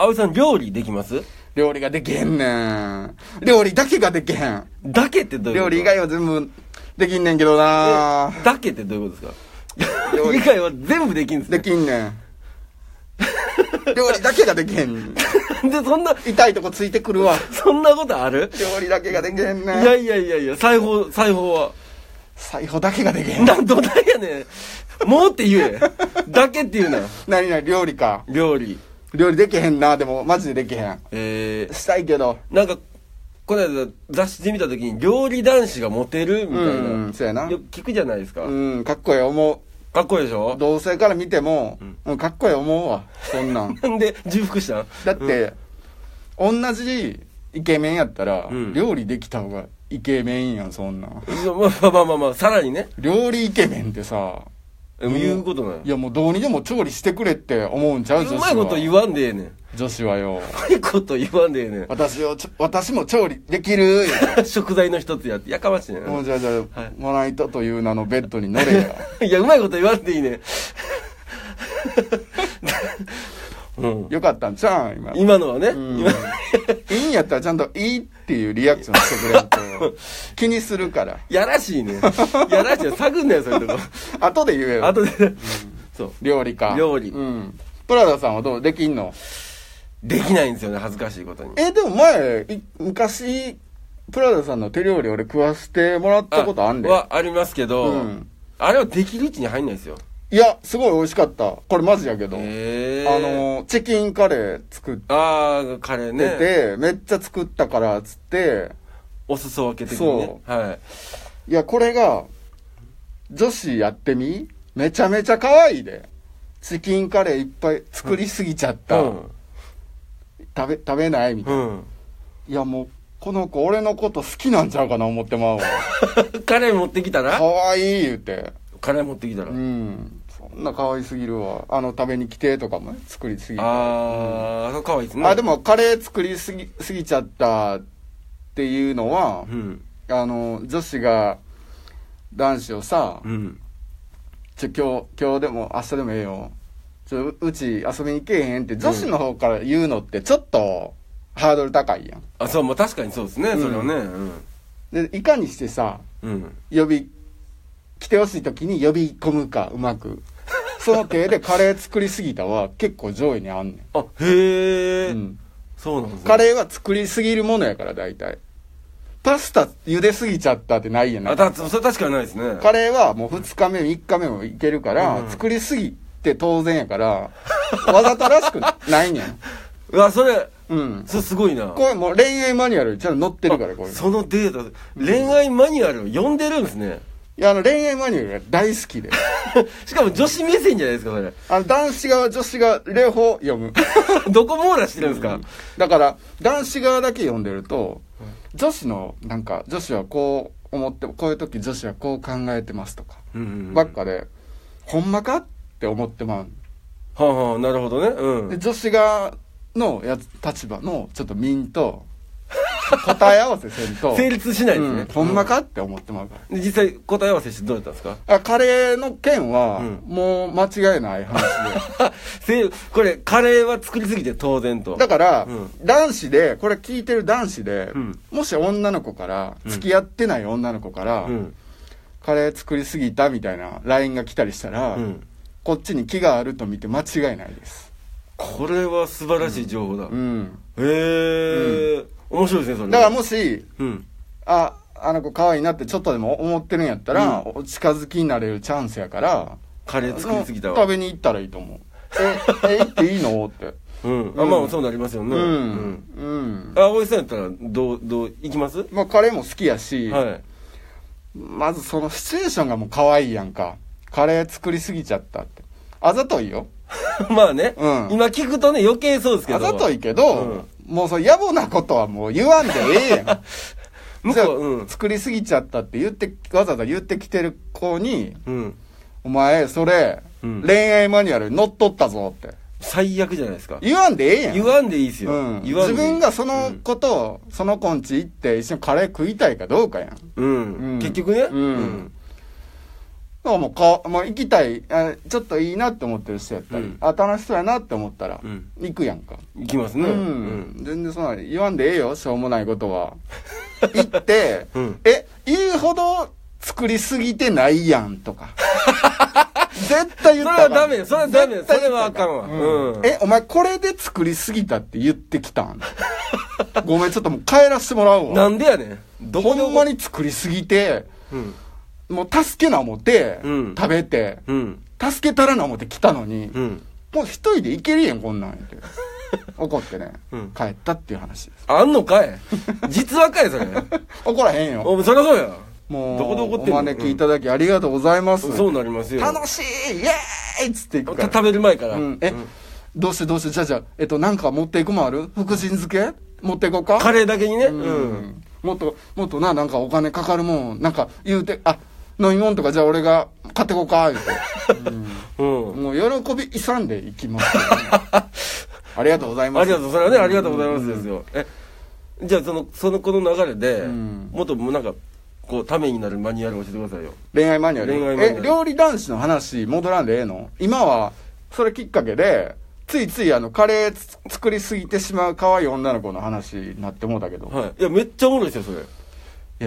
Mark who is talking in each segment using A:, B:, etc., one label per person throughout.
A: 青井さん、料理できます
B: 料理ができへんねん。料理だけができへん。
A: だけってどういうこと
B: 料理以外は全部できんねんけどな
A: えだけってどういうことですか
B: 料
A: 料
B: 理
A: 理以外は全部できんです
B: で
A: ね。
B: きんねん。料理だけができへ
A: で、
B: ん。
A: そんな、
B: 痛いとこついてくるわ。
A: そんなことある
B: 料理だけができへん
A: い
B: ね
A: や
B: ん。
A: いやいやいや、裁縫、裁縫は。
B: 裁縫だけができへん。
A: な、どないやねん。もうって言え。だけって言うな。
B: なになに料理か。
A: 料理。
B: 料理できへんな。でも、マジでできへん。
A: え
B: したいけど。
A: ー、なんか、この間雑誌で見た時に料理男子がモテるみたいな。
B: うんそうやな
A: よく聞くじゃないですか。
B: うん、かっこええ思
A: かっこいいでし
B: う。
A: ょ
B: 同性から見ても、うん、かっこええ思うわ。そんなん。
A: なんで重複したん
B: だって、同じイケメンやったら、
A: うん
B: 料理できた方がイケメンやんそんなん
A: まあまあまあまあ、まあ、さらにね。
B: 料理イケメンってさ
A: うん言うことない
B: いやもうどうにでも調理してくれって思うんちゃう女
A: う
B: 子は
A: まいこと言わんでええねん。う
B: 女子はよ
A: まいこと言わんでええねん。
B: 私をちょ私も調理できる
A: 食材の一つやってやかましいね
B: もうじゃあじゃあ、
A: はい
B: もらいたという名のベッドに乗れや
A: いやうまいこと言わんでいいねうん
B: よかったんちゃうん今
A: 今のはね、
B: ん
A: 今
B: いいんやったらちゃんと「いい」っていうリアクションしてくれると気にするから
A: やらしいねやらしいよ探んなよそういうとこ
B: 後で言えよ
A: あとでそう
B: 料理か
A: 料理
B: うんプラダさんはどうできんの
A: できないんですよね恥ずかしいことに
B: えでも前い昔プラダさんの手料理俺食わしてもらったことあんで
A: はありますけど、
B: うん
A: あれはできるうちに入んないですよ
B: いやすごい美味しかったこれマジやけど、
A: へ
B: あのチキンカレー作って
A: あーカレーね
B: て、めっちゃ作ったからっつって
A: お裾分け的にねはい
B: いやこれが女子やってみめちゃめちゃ可愛いでチキンカレーいっぱい作りすぎちゃった、食べ食べないみた
A: う
B: いな、
A: ん、うん
B: いやもうこの子俺のこと好きなんちゃうかな思ってまうわ
A: カレー持ってきたら
B: 可愛い言うて
A: カレー持ってきたら、
B: うんそんな可愛すぎるわあの食べに来てとかもね作りすぎて
A: ああ、かわいいですね。
B: あで、もカレー作りすぎすぎちゃったっていうのは
A: う、ん。
B: あの女子が男子をさ
A: うん。
B: 「ちょ今日今日でも明日でもええよちょううち遊びに行けへん」って女子の方から言うのってちょっとハードル高いやん
A: あ、そう、まあ確かにそうですね、
B: ん
A: それはね。うん。
B: でいかにしてさ
A: うん。
B: 呼び来てほしい時に呼び込むかうまくその手でカレー作りすぎたは結構上位にあんね
A: あ、へえ、
B: ん、うん
A: そうなんですね。
B: カレーは作りすぎるものやから大体パスタ茹ですぎちゃったってないやな
A: あ、だ、それ確かにないですね。
B: カレーはもう2日目3日目もいけるから、
A: うん
B: 作りすぎて当然やからわざとらしくない ねん
A: うわ、それ、
B: うん
A: それすごいな。
B: これもう恋愛マニュアルにちゃんと載ってるからこれい
A: そのデータ、恋愛マニュアルを読んでるんですね。
B: やあの恋愛マニュアルが大好きで
A: しかも女子目線じゃないですか、それ。
B: あの男子側女子側両方読む
A: どこ網羅してるんですか。
B: だから男子側だけ読んでると女子のなんか女子はこう思ってこういう時女子はこう考えてますとか
A: うんうんうん。
B: ばっかで、ほんまかって思ってまう
A: はあ、はあ、なるほどね。う
B: で
A: ん。
B: 女子側のやつ立場のちょっと民 と答え合わせせんと
A: 成立しないですね
B: うんほんまかって思ってまうか
A: で実際答え合わせしてどうやったんですから
B: あカレーの件は、
A: うん
B: もう間違いない話 で
A: あせこれ、カレーは作りすぎて当然と。
B: だから、
A: うん
B: 男子でこれ聞いてる男子で、
A: うん
B: もし女の子から
A: うん
B: 付き合ってない女の子から、
A: うん。
B: カレー作りすぎたみたいな LINE が来たりしたら、
A: うん。
B: こっちに気があると見て間違いないです
A: これは素晴らしい情報だ。
B: うん
A: へえ、面白いですね、それ。
B: だからもし
A: うん。
B: ああの子可愛いなってちょっとでも思ってるんやったら、お近づきになれるチャンスやから
A: カレー作りすぎた
B: 食
A: わ。
B: べに行ったらいいと思うええ行っていいのって
A: うん。
B: う
A: あ、
B: ん
A: まあ、そうなりますよ
B: うん
A: ね。
B: うん、
A: あ、青井さんやったら、どう、どう、行きますは
B: まあカレーも好きやし、
A: い。
B: まずそのシチュエーションがもう可愛いやんかカレー作りすぎちゃったってあざといよ
A: まあね、
B: うん
A: 今聞くとね、余計そうですけ
B: あ
A: ど。
B: ざといけど、
A: うん
B: もうその野暮なことはもう言わんでええや ん
A: 向こう、うん
B: そ。作りすぎちゃったって言ってわざわざ言ってきてる子に
A: うん。
B: お前、それ、
A: うん
B: 恋愛マニュアルに乗っ取ったぞって。
A: 最悪じゃないですか。
B: 言わんでええやん。
A: 言わんでいいですよ。
B: うん、
A: 言わん
B: 自
A: でいい
B: 分がその子と、その子んち行って一緒にカレー食いたいかどうかやん。
A: うん。
B: うん
A: 結局ね。
B: うん。だからもうか、まあ、行きたいあちょっといいなって思ってる人やったり、
A: うん
B: あ楽しそうやなって思ったら、
A: うん
B: 行くやんか
A: 行きます
B: うん
A: ね。うん。
B: 全然そんな言わんでええよしょうもないこ とは行って、
A: うん
B: えいいほど作りすぎてないやんと か絶対言ったら
A: それは
B: あかん
A: ダメよそれはダメよ
B: 絶対言
A: そ
B: ったら
A: れはあかんわうん
B: えお前これで作りすぎたって言ってきたん ごめんちょっともう帰らせてもらう
A: な
B: わ
A: んでやねん。どこで
B: ほんまに作りすぎて
A: うん。
B: もう助けな思って、
A: うん
B: 食べて、
A: うん。
B: 助けたらな思って来たのに、
A: うん。
B: もう一人で行けるやんこんなんやって 怒ってね、
A: うん
B: 帰ったっていう話です
A: あんのか い実話かいそれ。
B: 怒らへんよ
A: おそりゃそうや。
B: もう
A: どこで怒ってん
B: お
A: の
B: 招きいただきありがとうございます、
A: そうなりますよ。
B: 楽しいイエーイっつって行く
A: た
B: か、
A: 食べる前からら。
B: うん、え、どうしてどうしてじゃあじゃあえっとなんか持っていくもある福神漬け持っていこうか
A: カレーだけにね。う。
B: うんんもっともっとななんかお金かかるもんなんか言うてあ飲み物とかじゃあ俺が買ってこうか言うて
A: うん。
B: もう喜び勇んでいきますよ ね、ありがとうございます
A: ありがとう、それはね、ありがとうございますですよ。え、じゃあ、その、その、この流れで、
B: うん
A: もっともうなんか、こう、ためになるマニュアルを教えてくださいよ。
B: 恋愛マニュアル
A: 恋愛マニュアル
B: え料理男子の話戻らんでええの今はそれきっかけでついついあのカレーつ作りすぎてしまう可愛い女の子の話になってもうたけど、い、
A: はい。いや、めっちゃおもろいですよ、それ。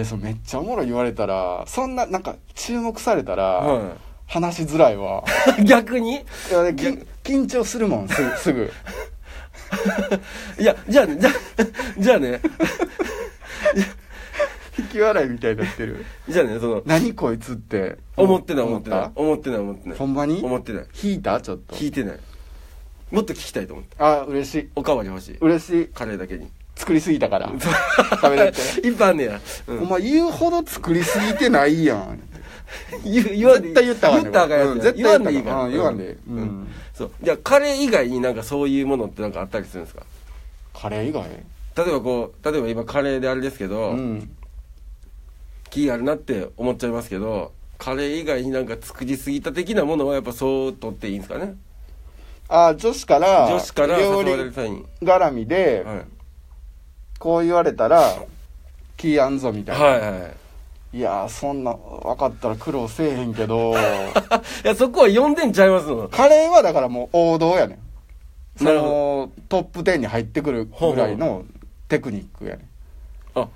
B: やそれめっちゃおもろい言われたらそんななんか注目されたら、
A: は
B: 話しづらいわ
A: い。 逆に
B: いやき緊張するもん すぐすぐ
A: いや、じゃあね、じゃあ、じゃあね、
B: 引き笑いみたいになってる
A: じゃあね、その、
B: 何こいつって
A: 思ってない、思ってない。思ってない、思ってない。
B: ほんまに
A: 思ってない。
B: 引いたちょっと
A: 聞いてない。もっと聞きたいと思って。
B: あ嬉しい
A: おかわり欲しい。
B: 嬉しい
A: カレーだけに。
B: 作りすぎたから食べれて
A: いっぱいあんねや。 う
B: お
A: ん。
B: 前言うほど作りすぎてないやん。
A: 言う言わんでい
B: 絶
A: い
B: 対言ったわね
A: 言ったらあかんやつ
B: うん
A: や。
B: 絶対
A: 言わんでいいから。
B: 言ったらあかんうん言わんでいい
A: うん
B: うん
A: そう。じゃあ、カレー以外になんかそういうものってなんかあったりするんですか
B: カレー以外
A: 例えばこう例えば今カレーであれですけど、
B: うん。
A: 気あるなって思っちゃいますけどカレー以外になんか作りすぎた的なものはやっぱそう取っていいんですかね
B: あ、女子から、
A: 女子から誘
B: 料
A: わ
B: 理
A: れる際に
B: 絡みで、
A: はい
B: こう言われたら、気あんぞみたいな。
A: はいはい
B: いやー、そんな、分かったら苦労せえへんけど、
A: あいやそこは読んでんちゃいますの
B: カレーはだからもう王道やねん。そ
A: なる
B: の、トップ10に入ってくるぐらいのテクニックやね
A: あ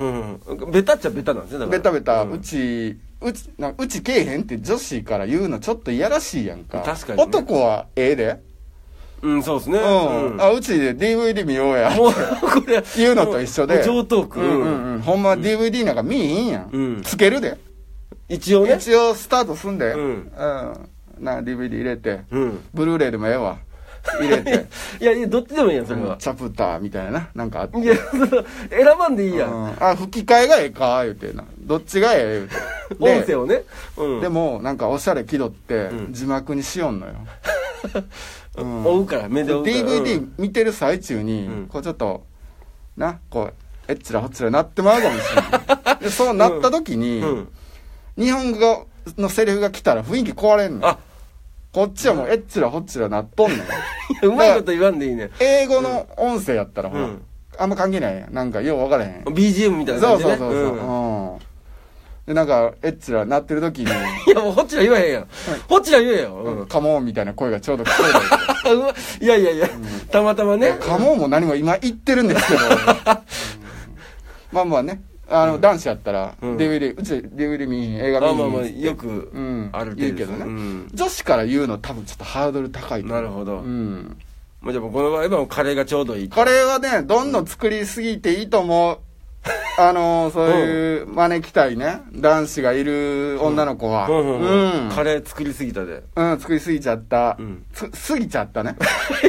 A: うんうんベタっちゃベタなんですねだ
B: ん。
A: か
B: ベ
A: ら
B: タベタ、
A: うん
B: うち、うち、なうちけえへんって女子から言うのちょっといやらしいやんか。
A: 確かにね
B: 男はええで。
A: うんそうですね
B: うん、
A: うん
B: あうちで DVD 見ようや
A: もうこれ
B: 言うのと一緒で
A: もう上等句、
B: うんうんうんほんま DVD なんか見えへんやん、
A: うん
B: つけるで
A: 一応ね
B: 一応スタートすんで
A: うん
B: うんな DVD 入れて、
A: うん
B: ブルーレイでもええわ入れて
A: いやいやどっちでもいいやんそれ
B: うん
A: は、
B: チャプターみたいなななんかあって
A: いやその選ばんでいいや、
B: うんんあ吹き替えがええか言うてなどっちがええ言
A: 音声
B: うてで
A: をね、うん、
B: でもなんかおしゃれ気取って
A: うん
B: 字幕にしよんのよ、うん
A: 追うから目で追うからう
B: DVD
A: ん
B: 見てる最中に、
A: うん
B: こうちょっとなこうエッチラホッチラなってまうかもしれないでそうなった時に、
A: うん
B: 日本語のセリフが来たら雰囲気壊れんの
A: あ
B: こっちはもうエッチラホッチラなっとんのよ
A: うまいこと言わんでいいね
B: 英語の音声やったらほら、
A: うん
B: あんま関係ないやんなんかよう分からへん、
A: BGM みたいな
B: そ
A: 感
B: う
A: じで
B: そうそ
A: ね
B: うそう、うんでなんかエッチラなってる時に
A: うんいやもうホッチラ言わへんやんホッチラ言えよう
B: 「
A: ん
B: カモン」みたいな声がちょうど聞こえたりとか
A: うわいやいやいやたまたまね
B: カモンも何も今言ってるん ですけどまあまあねあの男子やったら
A: うん
B: DVD うち DVD 見に映
A: あ
B: 画
A: まあ
B: 見
A: まあ
B: に
A: よく
B: うん
A: ある程度
B: 言うけどね
A: うん
B: 女子から言うの多分ちょっとハードル高いと思
A: な
B: う
A: るほど
B: うん
A: まあじゃあもうこの場合はもうカレーがちょうどいい
B: カレーはねどんどん作りすぎていいと思 うあのそういう招きたいね男子がいる女の子は
A: うんうんうん
B: うん
A: カレー作りすぎたで
B: うん作りすぎちゃった
A: うん
B: つすぎちゃったね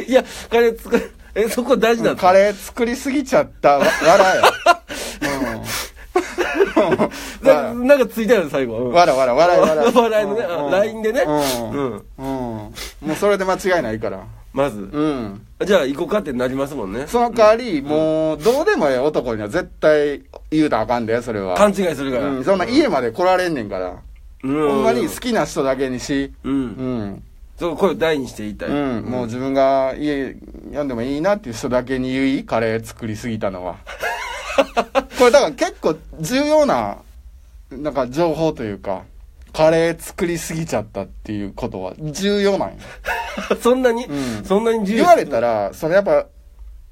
A: いやカレー作るえそこ大事なんです
B: カ
A: か
B: レー作りすぎちゃったわ笑えうん
A: な
B: 笑え
A: なんかついたよね最後うん
B: わらわら笑い笑い
A: 笑いのねあ LINE でね
B: う
A: うん
B: ん、うんもうそれで間違いないから
A: まず
B: うん
A: じゃあ行こうかってなりますもんね
B: その代わり、もうどうでもええ男には絶対言うたらあかんでそれは
A: 勘違いするから
B: うん、そんな家まで来られんねんから、
A: うん
B: ほんまに好きな人だけにし
A: う
B: うんん、
A: そこ声を大にして言いたい
B: うんもう自分が家読んでもいいなっていう人だけに言いカレー作りすぎたのはこれだから結構重要ななんか情報というかカレー作りすぎちゃったっていうことは重要なんや。
A: そんなに、
B: うん
A: そんなに重要
B: 言われたら、そのやっぱ、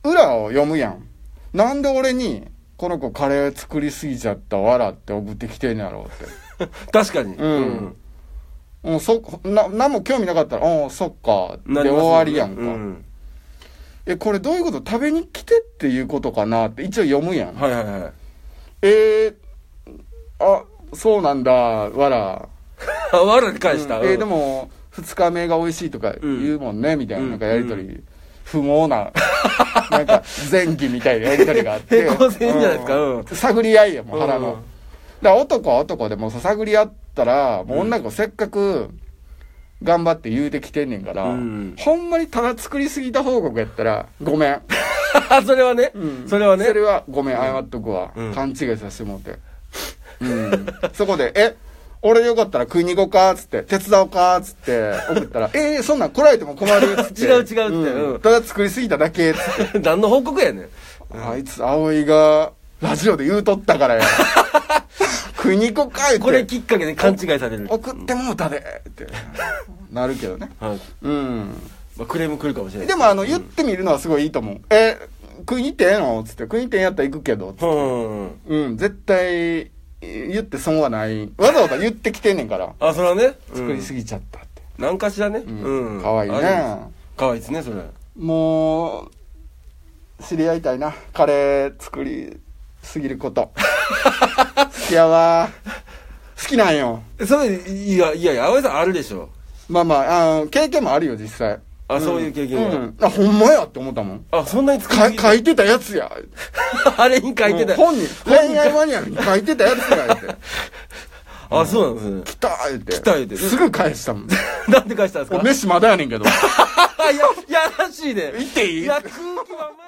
B: 裏を読むやん。なんで俺に、この子カレー作りすぎちゃったわらって送ってきてんやろうって。
A: 確かに、
B: うんうん、そ、な、なんも興味なかったら、うん、そっか、
A: なります
B: で終
A: よね
B: わりやんか。
A: うん
B: え、これどういうこと食べに来てっていうことかなって一応読むやん。
A: はいはいはい
B: えー、あ、そうなんだ、わら。
A: あ笑って返した、
B: うんえーでも、二日目が美味しいとか言うもんね、みたいな、
A: うん
B: なんかやりとり、不毛な、 なんか前期みたいなやりとりがあっ て。
A: 平行線じゃないですか
B: う
A: うん
B: ん探り合いやもん、腹
A: うん
B: の。だから男は男でもさ探り合ったら、もう女の子せっかく、頑張って言うてきてんねんから、
A: うん
B: ほんまにただ作りすぎた報告やったら、ごめん。
A: あ それはね、それはね
B: それはごめん、謝っとくわ。
A: うん
B: 勘違いさせてもらって。うん。そこで、え、俺よかったら食いに行こうかっつって、手伝おうかっつって、送ったら、えー、そんなん来られても困るっつって。
A: 違う違うっつってうん
B: ただ作りすぎただけっつって。
A: 何の報告やねん
B: あいつ、葵が、ラジオで言うとったからや。 食いに行こうかって。
A: これきっかけで勘違いされる、
B: 送ってもうたでって。なるけどね。
A: はい
B: うん。
A: まあ、クレーム来るかもしれない
B: でも、あの、言ってみるのはすごいいいと思う。え、食いに行ってええのっつって、食いに行ってんやったら行くけど、つって
A: うん
B: うん、絶対言って損はない。わざわざ言ってきてんねんから。
A: あそれはね
B: 作りす
A: ぎ、
B: ぎちゃったって。
A: うん、なんかしらね
B: う。
A: うんん
B: かわいい
A: あ
B: ね
A: る。かわいいですねそれ
B: もう、知り合いたいな。カレー作りすぎること。 好きやわ。好きなんよ。
A: それいやいやいや葵さんあるでしょ
B: まあまあ、あの経験もあるよ、実際。
A: あそういう経験
B: う
A: が
B: ん。あ、ほんまやって思ったもん。
A: あそんなに作
B: か
A: りすぎ
B: 書いてたやつや。
A: あれに書いてた
B: うん本に、恋愛マニアに書いてたやつや。言って
A: あそうなんですね
B: 来た言って。
A: 来た言うて
B: すぐ返した もん。
A: なんて返したんです
B: お
A: か
B: 飯まだやねんけど。
A: あ、や、やらしいで。
B: 見ていい
A: いや、空気はま